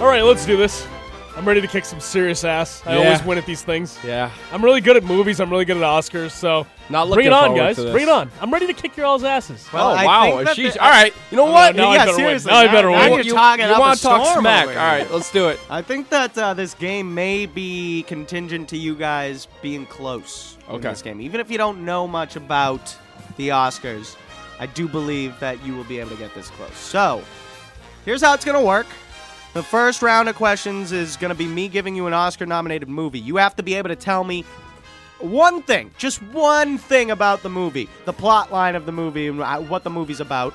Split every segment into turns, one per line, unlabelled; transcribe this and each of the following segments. All right, let's do this. I'm ready to kick some serious ass. I
Yeah.
always win at these things.
Yeah.
I'm really good at movies. I'm really good at Oscars. So
Not
bring
looking
it on,
forward
guys.
to this.
Bring it on. I'm ready to kick your all's asses.
Well,
oh
I
wow.
think that
Sheesh.
the-
All right. You know what?
now I
yeah,
better win.
seriously.
Now I better
now
win.
You're talking
you
up
wanna
a
talk
storm
smack?
over
All right,
here.
let's do it.
I think that uh, this game may be contingent to you guys being close in
Okay.
this game. Even if you don't know much about the Oscars, I do believe that you will be able to get this close. So, here's how it's going to work. The first round of questions is going to be me giving you an Oscar nominated movie. You have to be able to tell me one thing, just one thing about the movie, the plot line of the movie, and uh, what the movie's about.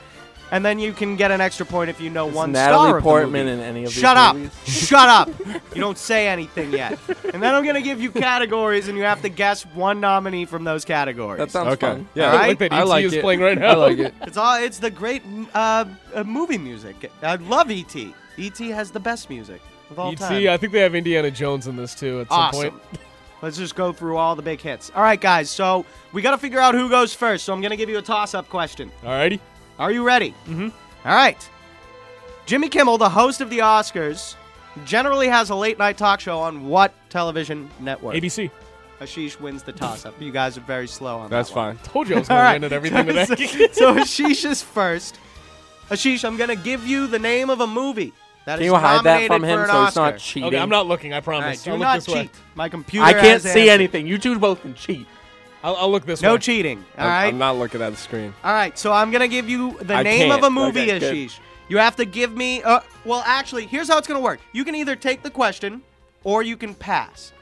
And then you can get an extra point if you know one
Natalie
star of the
Portman
movie.
in any of these
Shut up!
movies?
Shut up! You don't say anything yet. And then I'm gonna give you categories, and you have to guess one nominee from those categories.
That sounds fun.
I
Yeah.
like
Alright.
that
I
ET
like
is
it.
playing right now.
I like it.
it's all. It's the great mm, uh, uh, movie music. I love E ET. ET has the best music of all
ET.
time.
E I think they have Indiana Jones in this too at some
awesome.
point.
Let's just go through all the big hits. All right, guys. So we gotta figure out who goes first. So I'm gonna give you a toss-up question.
Alrighty.
Are you ready? Mm-hmm. All right. Jimmy Kimmel, the host of the Oscars, generally has a late night talk show on what television network?
ABC.
Ashish wins the toss up. You guys are very slow on
That's
that. one.
fine.
Told you I was going
All
to
right.
win at everything today.
so Ashish is first. Ashish, I'm going to give you the name of a movie that is
Can you hide that
nominated
from
for
him
an
so it's
Oscar.
not cheating?
okay, I'm not looking. I
All right,
promise.
do
I'll look
not
this
cheat.
way.
My computer.
I can't
has
see
answers.
anything. You two both can cheat.
I'll, I'll look this
No
way.
cheating. All
I'm-
right?
I'm not looking at the screen.
All right. So I'm going to give you the
I
name of
can't.
a movie,
Okay, good.
Ashish. You have to give me. Uh, well, actually, here's how it's going to work. You can either take the question or you can pass.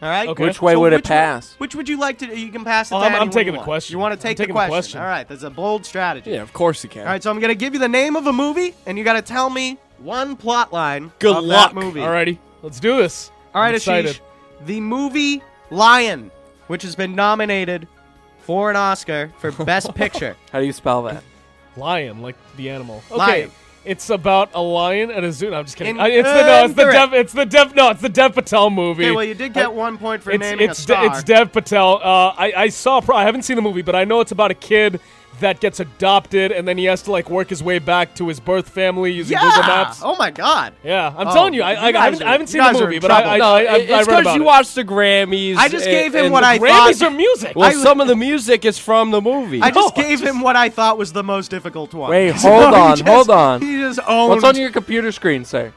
All right.
Okay.
Which way
So
would it
which
pass?
Which would you like to? You can pass it.
Oh,
to
I'm- I'm
anyone
taking
you
the
want.
question.
You want
I'm
to take
taking the
the question?
question.
All right, that's a bold strategy.
yeah, of course you can.
All right, so I'm gonna give you the name of a movie, and you gotta tell me one plot line
Good
of
luck.
that movie.
Alrighty. Let's do this.
all right,
I'm excited.
Ashish. The movie Lion, which has been nominated for an Oscar for Best Picture.
How do you spell that?
Lion, like the animal. Okay.
Lion.
It's about a lion at a zoo. No, I'm just kidding.
In-
I- it's the no, it's the
incorrect.
Dev, it's the Dev, no, it's the Dev Patel movie.
Okay, well, you did
uh,
I-
get one point for
it's
naming
it's
a
De-
star.
it's Dev Patel. Uh, I I saw. Pro- I haven't seen the movie, but I know it's about a kid that gets adopted, and then he has to like work his way back to his birth family using Google
yeah!
Maps.
Oh my God!
Yeah, I'm
Oh,
telling you, I,
you
I,
guys
haven't,
are-
I haven't
you
seen the
guys are in
movie, but I,
trouble.
I,
No,
I, I,
it-
I
it's
read about
you
it.
watched the Grammys.
I just
a-
gave him
and-
what I thought.
Grammys are music.
Well,
I-
some of the music is from the movie.
I just
No, I
gave him what I thought was the most difficult one.
Wait,
So
hold
he
on,
just-
hold on.
He just owned.
What's on your computer screen, sir?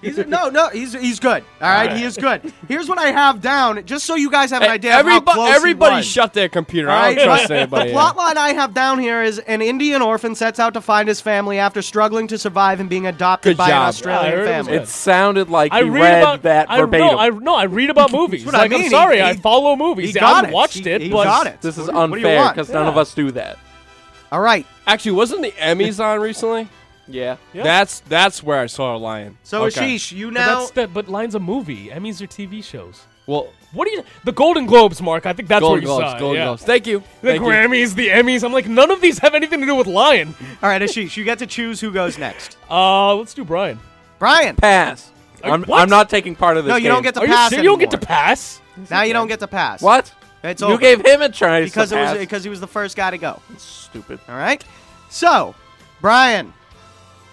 He's, no, no, he's he's good. All right, he is good. Here's what I have down, just so you guys have an idea. of how
Everybo-
close he
E, everybody
was.
shut their computer.
All
I
right,
don't trust
but
anybody.
The plot line I have down here is an Indian orphan sets out to find his family after struggling to survive and being adopted
Good
by
job.
an
Yeah, I
Australian
heard it was
family.
it sounded like
I
he
read,
read
about
that
I,
verbatim.
No, I, no, I read about movies.
what I
like,
mean.
am
He-
sorry, I
he-
follow
he
movies. Yeah,
got
I
it.
watched
He-
it,
he
but
got it.
this is
What do you- what do you
unfair
want?
because none of
Yeah.
us do that.
All right.
Actually, wasn't the Emmys on recently?
Yeah.
Yeah.
That's that's where I saw a lion.
So
Okay.
Ashish, you
But
now
that's the, but Line's a movie. Emmys are TV shows.
Well,
What do you? The Golden Globes, Mark. I think that's
Golden
where you
Globes,
saw it.
Golden
yeah.
Globes. Thank you.
The
Thank you.
Grammys, the Emmys. I'm like, none of these have anything to do with Lion.
All right, Ashish, you get to choose who goes next.
Uh, let's do Brian.
Brian.
Pass. I'm,
what?
I'm not taking part of this.
No, you don't
game.
get to
Are you
pass.
serious? You don't get to
anymore.
pass.
Now you don't get to pass.
What?
It's
you
over.
gave him a try
Because
to
it was
pass.
because he was the first guy to go.
stupid.
All right. So, Brian,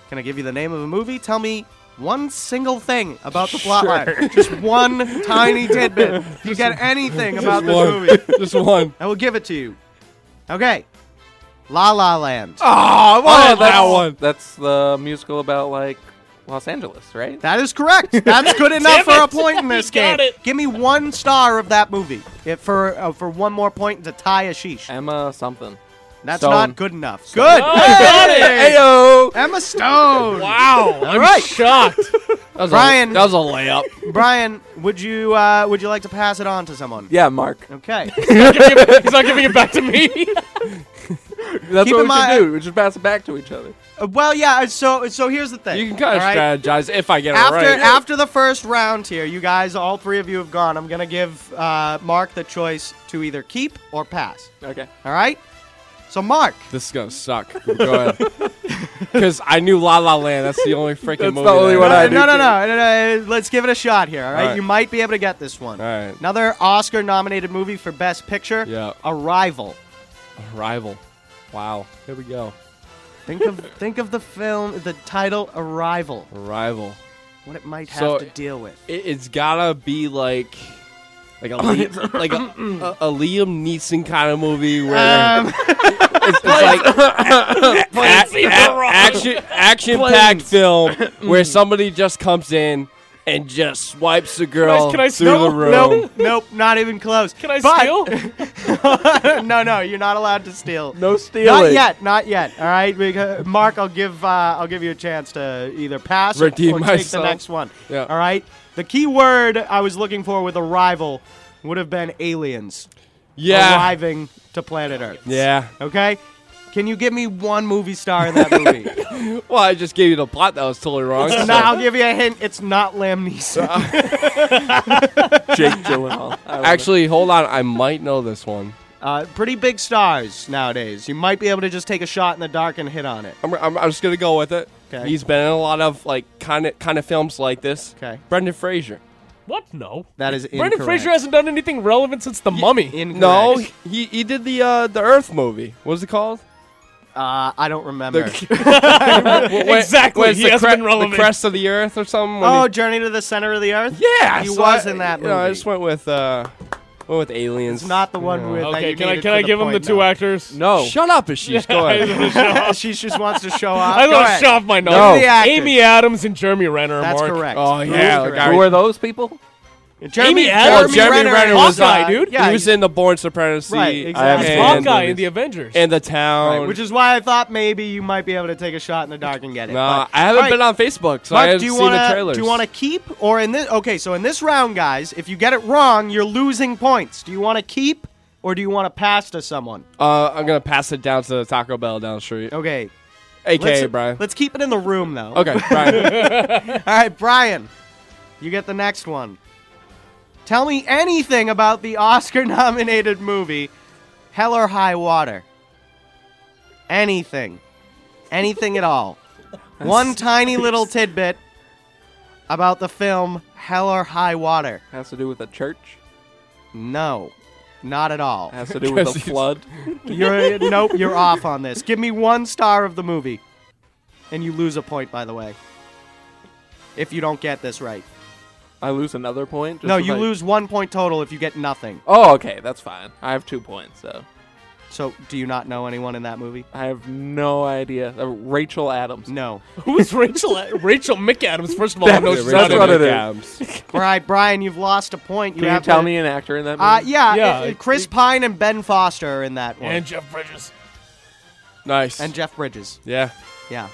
can I give you the name of a movie? Tell me one single thing about the plot line. Just one tiny tidbit. If you get anything about this movie,
Just one.
I will give it to you. Okay. La La Land.
Ah.
Oh, I wanted that
that's-
one.
That's the musical about like Los Angeles, right?
That is correct. That's good enough for a
it.
point in this
You got
game.
it.
Give me one star of that movie if for uh, for one more point to tie Ashish.
Emma something.
That's
Stone.
not good enough. Good.
Oh, I got it.
Ayo.
Emma Stone.
Wow. I'm
right.
shocked.
That was
Brian.
A, that was a layup.
Brian, would you uh, would you like to pass it on to someone?
Yeah, Mark.
Okay.
He's not giving it back to me.
That's what
Keep in
we should
mind-
do. We should pass it back to each other.
Uh, Well, yeah. So, uh, so here's the thing.
You can kind of
all right?
strategize if I get
After
it right.
after the first round here, you guys, all three of you have gone. I'm gonna give uh, Mark the choice to either keep or pass.
okay.
All right. So Mark,
This is gonna suck. Go ahead. Because I knew La La Land. That's the only freaking
That's
movie.
the only
that-
one
no,
I
no, no, no, no, no, no, Let's give it a shot here. All right?
All right.
You might be able to get this one.
All right.
Another Oscar-nominated movie for Best Picture.
Yeah.
Arrival.
Arrival. Wow. Here we go.
Think of think of the film, the title Arrival.
Arrival.
what it might have
So-
to deal with.
It, it's gotta be like. Like a, Liam, like a, a, a Liam Neeson kind of movie where
Um,
it's, it's like a- a- action action packed film where somebody just comes in and just swipes the girl
can I
through
steal?
the room.
Nope, nope, not even close.
Can I
But-
steal?
no, no, you're not allowed to steal.
No
Not
stealing.
yet, not yet. All right, because, Mark, I'll give uh, I'll give you a chance to either pass or-
Redeem
or, take the
myself.
next one.
Yeah.
All right. The key word I was looking for with arrival would have been aliens
Oh,
Yeah.
arriving to planet Earth.
Yeah.
Okay. Can you give me one movie star in that movie?
Well, I just gave you the plot that was totally wrong. so-
no, I'll give you a hint. It's not Liam Neeson.
Jake Gyllenhaal. I love it.
Actually, hold on. I might know this one.
Uh, pretty big stars nowadays. You might be able to just take a shot in the dark and hit on it.
I'm, I'm, I'm just gonna go with it.
'Kay.
He's been in a lot of like kind of kind of films like this.
'Kay.
Brendan Fraser.
what? No.
That is incorrect.
Brendan Fraser hasn't done anything relevant since The Mummy.
Incorrect.
No, he he did the uh, the Earth movie. What was it called?
Uh, I don't remember.
The, Where-
Exactly,
where it's
he
the
hasn't
cre-
been relevant.
The crest of the Earth or something. when
Oh,
he-
Journey to the Center of the Earth.
yeah,
he
so
was
I-
in that
you
movie.
know, I just went with uh, went with aliens.
It's not the one
Yeah.
with. that
Okay,
you
can I
needed
can
for
I give him the
point,
two
though.
actors?
No. Shut up, Ashish. Go ahead.
she just wants to show off.
I
Go
don't
ahead.
shove my nose.
No.
The actors.
Amy Adams and Jeremy Renner.
That's
Mark.
correct.
Oh, yeah,
That is
the
correct.
guy-
Who are those people?
Jeremy,
Amy Adams.
Jeremy
Renner,
Renner
is,
was,
Hawkeye,
uh,
dude.
Yeah,
he was in the Born Supremacy.
Right,
exactly.
It's
and-
Hawkeye in
and
the Avengers.
and the town.
Which is why I thought maybe you might be able to take a shot in the dark and get it.
no,
but-
I haven't
All right,
been on Facebook, so I
Mark,
haven't
do you
seen the
want to
trailers.
do you want to keep or in this? Okay, so in this round, guys, if you get it wrong, you're losing points. Do you want to keep or do you want to pass to someone?
Uh, I'm gonna pass it down to Taco Bell down the street.
Okay,
AKA
let's,
Brian.
Let's keep it in the room though.
Okay, Brian.
All right, Brian, you get the next one. Tell me anything about the Oscar nominated movie Hell or High Water. Anything. Anything at all. One tiny little tidbit about the film Hell or High Water.
Has to do with a church.
No, not at all.
Has to do with a
Because he's-
flood.
You're, nope, you're off on this. Give me one star of the movie. And you lose a point, by the way, if you don't get this right.
I lose another point. just
No,
if
you
I-
lose one point total if you get nothing.
Oh, okay, that's fine. I have two points, so
So, do you not know anyone in that movie?
I have no idea. Uh, Rachel Adams.
No.
Who's Rachel? Rachel McAdams. First of all, I know
That's
she's not in
what it is.
is.
All right, Brian, you've lost a point. You
Can you
have
tell
to-
me an actor in that
Uh,
movie?
yeah,
Yeah,
it- it-
it-
Chris Pine and Ben Foster are in that one,
And Jeff Bridges.
Nice.
And Jeff Bridges.
yeah.
Yeah,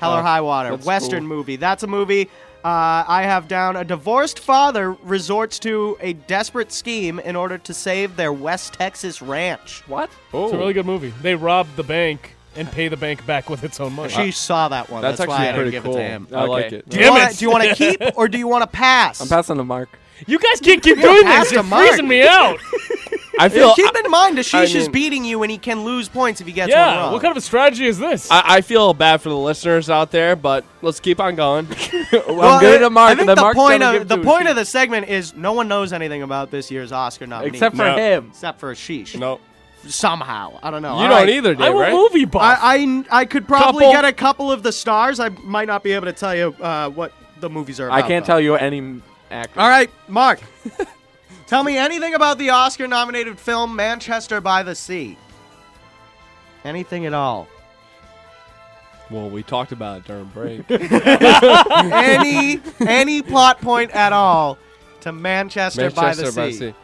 Hell or
Oh,
High Water,
that's
Western
cool.
movie. That's a movie uh, I have down. A divorced father resorts to a desperate scheme in order to save their West Texas ranch.
What?
Oh,
It's a really good movie. They rob the bank and pay the bank back with its own money.
She saw that one. That's,
That's,
why
actually
I didn't
pretty
give
cool.
it to him.
I like
Okay.
it.
Do you
Damn
wanna-
it.
Do you want to keep or do you want to pass?
I'm passing to Mark.
You guys can't keep
Yeah,
doing
pass
this.
to
You're
Mark.
freezing me out.
I feel.
Keep in mind, Ashish
I
is
mean-
beating you, and he can lose points if he gets one
yeah.
wrong.
What kind of a strategy is this?
I, I feel bad for the listeners out there, but let's keep on going.
Oh, Well,
I'm good
I-
at Mark.
I think
then
the
Mark's
point
gonna
of
give
the
to
point
Ashish.
of the segment is no one knows anything about this year's Oscar nominee
except for
No.
him.
except for Ashish.
no,
somehow I don't know.
you
All
don't
right.
either, Dave.
I'm a
right?
movie buff.
I, I I could probably
Couple.
get a couple of the stars. I might not be able to tell you uh, what the movies are.
I
about,
can't
though.
tell you any actor.
All right, Mark, tell me anything about the Oscar-nominated film Manchester by the Sea. Anything at all.
Well, we talked about it during break.
any any plot point at all to Manchester,
Manchester
by the sea.
It-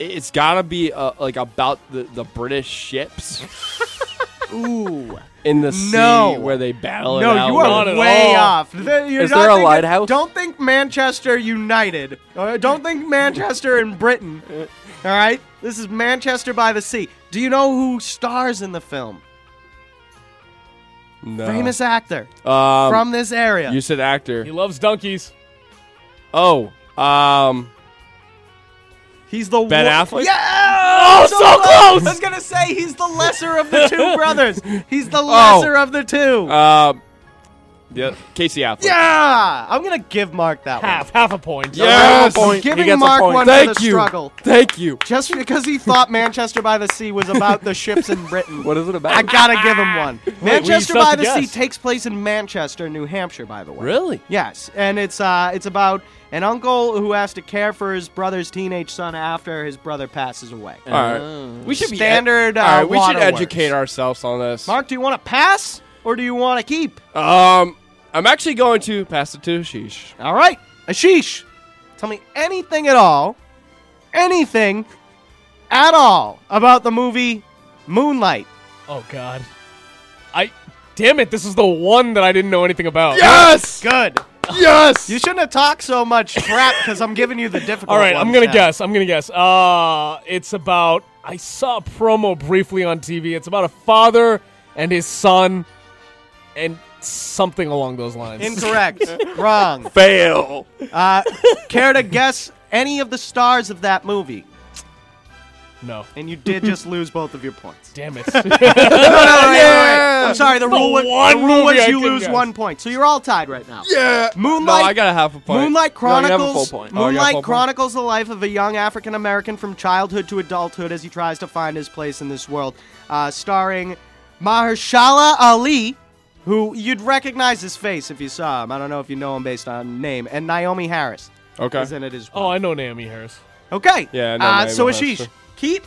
It's gotta be uh, like about the, the British ships
Ooh,
in the sea
No.
where they battle. it
no,
out
you
with-
Not
are
at
way
all.
off. Th- you're
Is
not
there a
thinking-
lighthouse?
Don't think Manchester United. Uh, don't think Manchester in Britain. All right, this is Manchester by the sea. Do you know who stars in the film?
no.
Famous actor
Uh, um,
from this area.
You said actor.
he loves donkeys.
Oh, um,
he's the
Ben
wo-
Affleck?
Yeah.
Oh,
So
so
close! I
close.
was gonna say he's the lesser of the two brothers. He's the lesser of the two.
uh, Yeah, Casey Affleck.
Yeah, I'm gonna give Mark that
Half, half a point.
Yes.
one.
Point. He
Giving
gets a
Mark
point.
one for
Thank
the
you.
struggle.
Thank you.
Just because he thought Manchester by the Sea was about the ships in Britain.
What is it about?
I gotta give him one. Manchester
well, you suck
by the
at
Sea
guess.
takes place in Manchester, New Hampshire, by the way.
Really?
Yes, and it's uh, it's about an uncle who has to care for his brother's teenage son after his brother passes away.
Uh,
All right. We should be
Oh.
e-
Standard,
All
uh,
right, we should
water
educate
works.
ourselves on this.
Mark, do you want to pass or do you want to keep?
Uh,
Um, I'm actually going to pass it to Sheesh.
All right, Ashish, tell me anything at all, anything at all about the movie Moonlight.
Oh God. I. Damn it! This is the one that I didn't know anything about.
Yes.
Good.
Yes.
You shouldn't have talked so much crap because I'm giving you the difficult.
All right, I'm
ones
gonna
now.
guess. I'm gonna guess. Uh, it's about. I saw a promo briefly on TV. It's about a father and his son, and something along those lines.
Incorrect. Wrong.
fail.
Uh, care to guess any of the stars of that movie?
no.
And you did just lose both of your points.
Damn it.
Oh,
No, no, no, wait, wait, wait. I'm sorry. The
The
rule, was, the
one
rule
movie I
was you
couldn't
lose
guess.
one point, so you're all tied right now.
Yeah.
Moonlight-
No, I got a half a point.
Moonlight
have a full
chronicles.
point.
Oh, you got a full
Moonlight
point?
chronicles the life of a young African American from childhood to adulthood as he tries to find his place in this world. Uh, starring Mahershala Ali, who you'd recognize his face if you saw him. I don't know if you know him based on name, and Naomi Harris
Okay.
is in it as well.
oh, I know Naomi Harris.
Okay.
Yeah, I know
uh,
Naomi
so
Harris,
Ashish,
sure.
keep.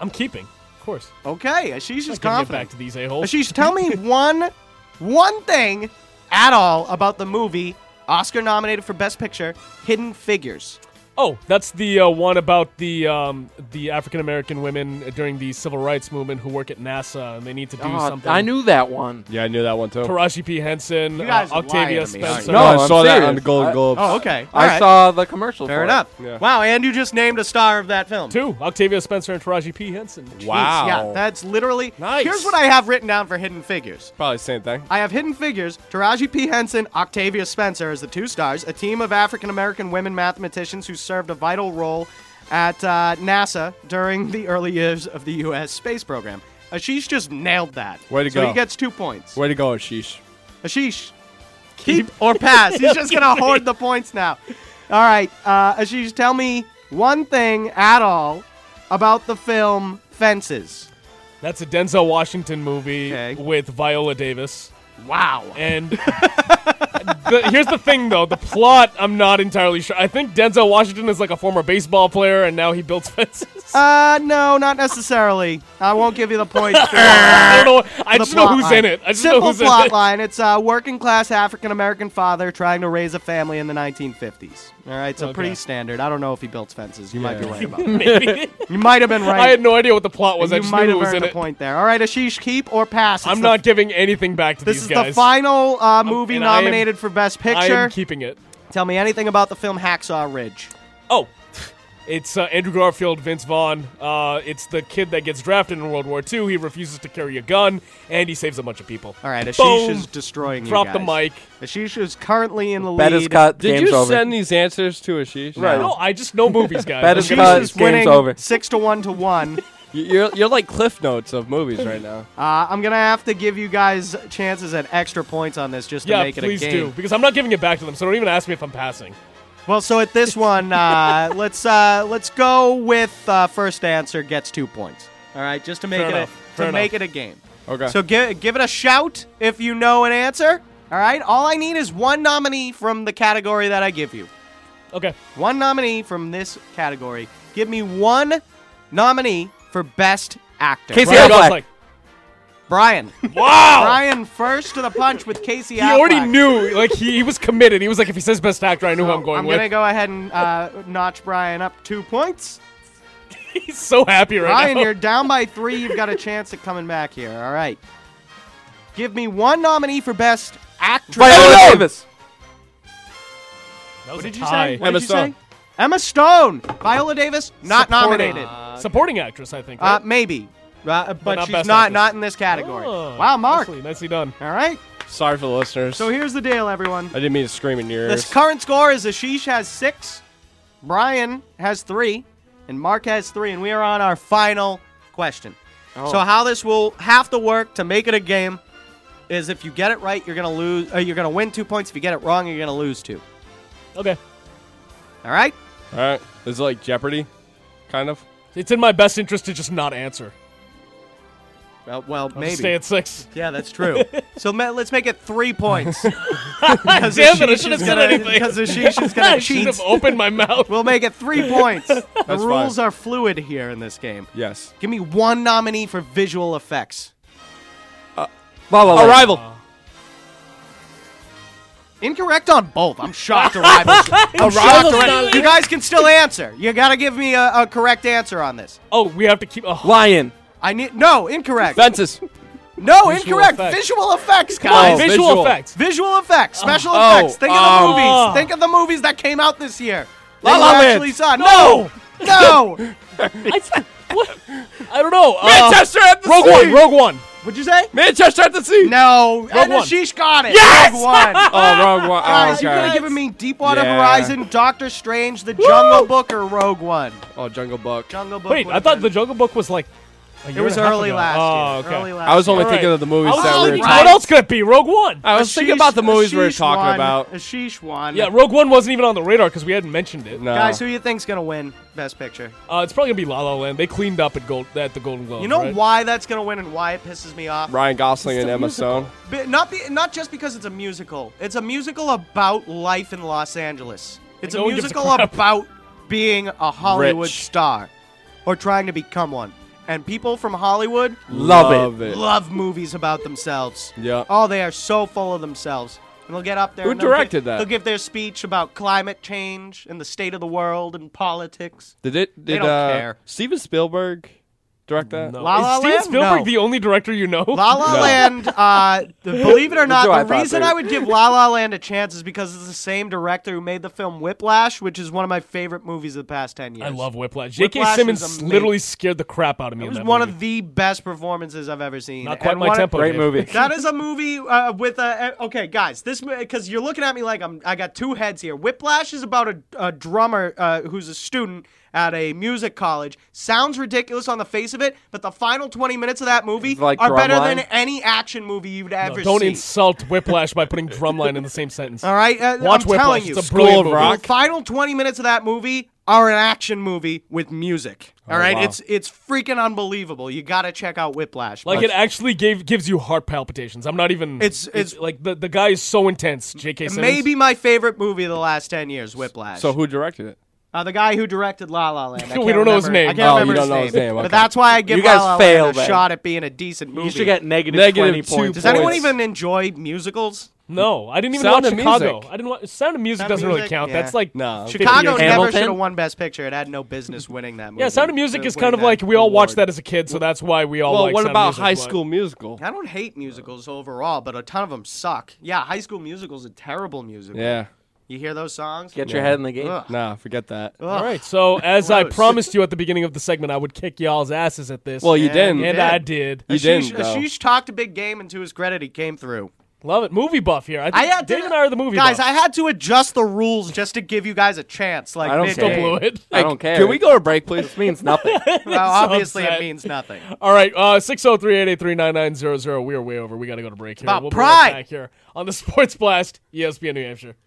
I'm keeping. Of course.
Okay, Ashish
I
is
can get back
confident.
to these a holes.
Ashish, tell me one, one thing at all about the movie Oscar nominated for Best Picture, Hidden Figures.
Oh, that's the uh, one about the um, the African American women during the civil rights movement who work at NASA and they need to do
Oh,
something.
I knew that one.
Yeah, I knew that one too.
Taraji P. Henson,
You guys
uh,
are
Octavia
lying to me, aren't
Spencer.
you?
No, I
I'm
saw that
serious.
on the Golden
I-
Globes.
Oh, okay.
I
All right.
saw the commercial.
Fair
for
enough.
Yeah.
Wow, and you just named a star of that film.
Two, Octavia Spencer and Taraji P. Henson.
Wow.
Yeah, that's literally.
Nice.
Here's what I have written down for Hidden Figures.
Probably the same thing.
I have Hidden Figures, Taraji P. Henson, Octavia Spencer as the two stars, a team of African American women mathematicians who served a vital role at uh, NASA during the early years of the U.S. space program. Ashish just nailed that.
Way to
so
go.
he gets two points.
Way to go, Sheesh.
Ashish, keep or pass. He's just gonna hoard the points now. All right, uh, Ashish, tell me one thing at all about the film Fences.
That's a Denzel Washington movie
Okay.
with Viola Davis.
Wow.
And the, here's the thing, though. The plot, I'm not entirely sure. I think Denzel Washington is like a former baseball player, and now he builds fences.
Uh, no, not necessarily. I won't give you the points. for that.
I don't know. I
the
just know
plot
who's
line.
in it. I just
Simple
know who's
plot
in it.
line. It's a working class African American father trying to raise a family in the 1950s. All right, so pretty
Okay.
standard. I don't know if he built fences. You might be
Yeah.
right about that. you might have been right.
I had no idea what the plot was. I
you
just
might
knew
have
who was
earned
in
a
it.
point there. All right, Ashish, keep or pass. It's
I'm
the-
not giving anything back to
This
these
is
guys.
the final uh, movie
and I am-
nominated for Best
I
Picture.
am keeping it.
Tell me anything about the film Hacksaw Ridge.
Oh, it's uh, Andrew Garfield, Vince Vaughn. Uh, it's the kid that gets drafted in World War II. He refuses to carry a gun, and he saves a bunch of people.
All right, Ashish
Boom.
is destroying
Drop
you
the
guys.
mic.
Ashish is currently in the
Bet
lead.
is cut.
Did
Game's
you
over.
send these answers to Ashish?
Right.
No, I just know movies, guys.
That
I'm
is
just-
cut.
Ashish is
Game's
winning
over.
six to one to one.
You- You're you're like cliff notes of movies right now.
Uh, I'm gonna have to give you guys chances at extra points on this just to
yeah,
make it
please
a
do
game.
because I'm not giving it back to them. So don't even ask me if I'm passing.
Well, so at this one, uh, let's uh, let's go with uh, first answer gets two points. All right, just to make
Fair
it
enough.
a,
Fair
to make it
enough.
a game.
Okay.
So give give it a shout if you know an answer. All right, all I need is one nominee from the category that I give you.
Okay.
One nominee from this category. Give me one nominee for best actor.
Casey
Ryan
Affleck.
Gosling.
Brian.
Wow.
Brian first to the punch with Casey.
Oh. He already
Affleck.
knew, like he, he was committed. He was like, if he says best actor, I know who I'm going
I'm
with.
gonna go ahead and uh, notch Brian up two points.
He's so happy right
Brian,
now.
you're down by three. You've got a chance at coming back here. All right. Give me one nominee for best actress.
Viola Davis.
That was
What
a
did you
tie.
say? What
Emma
did you
Stone.
say? Emma Stone. Viola Davis not
Supporting.
nominated.
Supporting actress, I think.
Uh,
right?
maybe, uh, but,
not
she's
best
not
actress.
not in this category.
Oh,
wow, Mark.
Nicely, nicely done.
All right.
Sorry for the listeners.
So here's the deal, everyone.
I didn't mean to scream in your
The
ears.
current score is Ashish has six, Brian has three, and Mark has three, and we are on Oh. our final question. So how this will have to work to make it a game is if you get it right, you're gonna lose. Uh, you're gonna win two points. If you get it wrong, you're gonna lose two.
Okay.
All right.
All right. This is like Jeopardy, kind of.
It's in my best interest to just not answer.
Well, well
I'll
maybe.
just stay at six.
yeah, that's true. so ma- let's make it three points. Because
Damn it, I shouldn't have said anything.
Because Ashish is
I
gonna
should
cheat.
have opened my mouth.
We'll make it three points. The
That's
rules
fine.
are fluid here in this game.
Yes.
Give me one nominee for visual effects. Uh,
La La Land.
Arrival.
Incorrect on both. I'm shocked. Arrival's, I'm shocked.
Arrival's
Arri-
not-
you guys can still answer. You gotta give me a, a correct answer on this.
Oh, we have to keep. Oh,
Lion.
I need no incorrect.
Fences.
no
Visual
incorrect.
effects.
Visual effects,
oh,
guys.
vi-
visual,
visual.
effects.
Visual effects, special
Oh,
effects. Think
um,
of the movies.
Oh.
Think of the movies that came out this year.
La
that
La
you
Land.
actually saw. No, no.
I, what? I don't know. Uh,
Manchester at the
Rogue
sea.
One. Rogue One.
What'd you say?
Manchester at the sea.
No. And
One.
Ashish got it.
Yes!
Rogue One.
Oh, wrong one.
Guys, you
oh,
could
okay.
have given me Deepwater
Yeah.
Horizon, Doctor Strange, The Jungle Book, or Rogue One.
oh, Jungle Book.
Jungle Book.
Wait, I
would've
thought
been-
the Jungle Book was like. a
It
year
was
and a half
early
ago.
last
oh,
year.
Okay.
Early last
I was only
All
thinking
right.
of the movies
I was
that we were
thinking-
right.
What
talking.
else could it be? Rogue One.
I was thinking
Ashish-
about the movies we were
Ashish
talking
won.
about.
Ashish won.
yeah, uh, Rogue One wasn't even on the radar because we hadn't mentioned it.
No.
Guys, who you think's gonna win Best Picture?
Uh, it's probably gonna be La La Land. They cleaned up at gold at the Golden Globes.
You know
right?
why that's gonna win and why it pisses me off?
Ryan Gosling
It's
and
a
Emma
musical.
Stone.
But not be, not just because it's a musical. It's a musical about life in Los Angeles. It's
Like,
a
no one gives a
musical
crap.
about being a Hollywood
Rich.
star or trying to become one. And people from Hollywood
Love, it.
love movies about themselves.
Yeah.
Oh, they are so full of themselves. And they'll get up there.
Who
and they'll
directed
give,
that?
They'll give their speech about climate change and the state of the world and politics.
Did it? Did
don't
uh,
care.
Steven Spielberg direct that?
No.
La La
Is Steven
Land?
Spielberg
No.
the only director you know?
La La
No.
Land, uh, the- believe it or
That's what I
not, the
thought,
reason
too.
I would give La La Land a chance is because it's the same director who made the film Whiplash, which is one of my favorite movies of the past 10 years.
I love Whiplash. J.K.
Whiplash is
Simmons
amazing.
literally scared the crap out of me.
it.
in
was
that
one
movie.
of the best performances I've ever seen.
not quite
And
my
one of-
tempo.
Great
Dave.
movie.
That is a movie uh, with a. uh, Okay, guys, this. Because you're looking at me like I'm, I got two heads here. Whiplash is about a, a drummer uh, who's a student at a music college. Sounds ridiculous on the face of it, but the final 20 minutes of that movie
It's like
are better
Drumline.
than any action movie you'd ever
No, don't
seen.
insult Whiplash by putting Drumline in the same sentence.
All right, uh,
Watch
I'm
Whiplash.
telling you,
It's a brilliant
School of
movie.
Rock.
the final 20 minutes of that movie are an action movie with music.
Oh,
All right,
wow.
it's it's freaking unbelievable. You got to check out Whiplash.
Like
but
it actually gave gives you heart palpitations. I'm not even.
It's- it's-
like the, the guy is so intense. J.K. Simmons.
Maybe my favorite movie of the last 10 years, Whiplash.
So who directed it?
Uh, the guy who directed La La Land. I
We
can't
don't know his
remember-
name.
I can't
Oh,
remember
you don't
his,
know
name,
his name,
But
okay.
that's why I give
You guys
La La
fail,
Land a
then.
shot at being a decent movie.
You should get negative,
Negative
20
two
points.
Does anyone
points.
even enjoy musicals?
No, I didn't even
Sound
watch
of
Chicago.
Music.
I didn't. Watch, Sound of Music
Sound of
doesn't really
Music?
count.
Yeah.
That's like
No.
50
Chicago
years
Hamilton?
never should have won Best Picture. It had no business winning that movie.
Yeah, Sound of Music
uh,
is kind of
winning
like
that
we all watched that
award.
as a kid, so that's why we all.
Well,
like
what
Sound of
about
Music,
High
but-
School Musical?
I don't hate musicals overall, but a ton of them suck. Yeah, High School Musical's a terrible musical.
Yeah.
You hear those songs?
Get your head in the game.
Ugh.
Nah, forget that.
Ugh.
All right, so as I
Gross.
promised you at the beginning of the segment, I would kick y'all's asses at this.
Well, you
Yeah,
didn't.
and
did.
I did.
You
Ashish,
didn't, though.
Ashish talked a big game, and to his credit, he came through.
Love it, movie buff here. I, think
I had to,
Dave and I are the movie
guys.
buffs.
I had to adjust the rules just to give you guys a chance. Like
I don't
mid-
still
care.
blew it.
I don't care.
Can we go to break, please?
This means nothing.
Well, obviously,
upset.
it means nothing.
All right, uh, 603-883-9900. We are way over. We got to go to break here.
About
we'll be E
pride.
right back here on the Sports Blast, ESPN New Hampshire.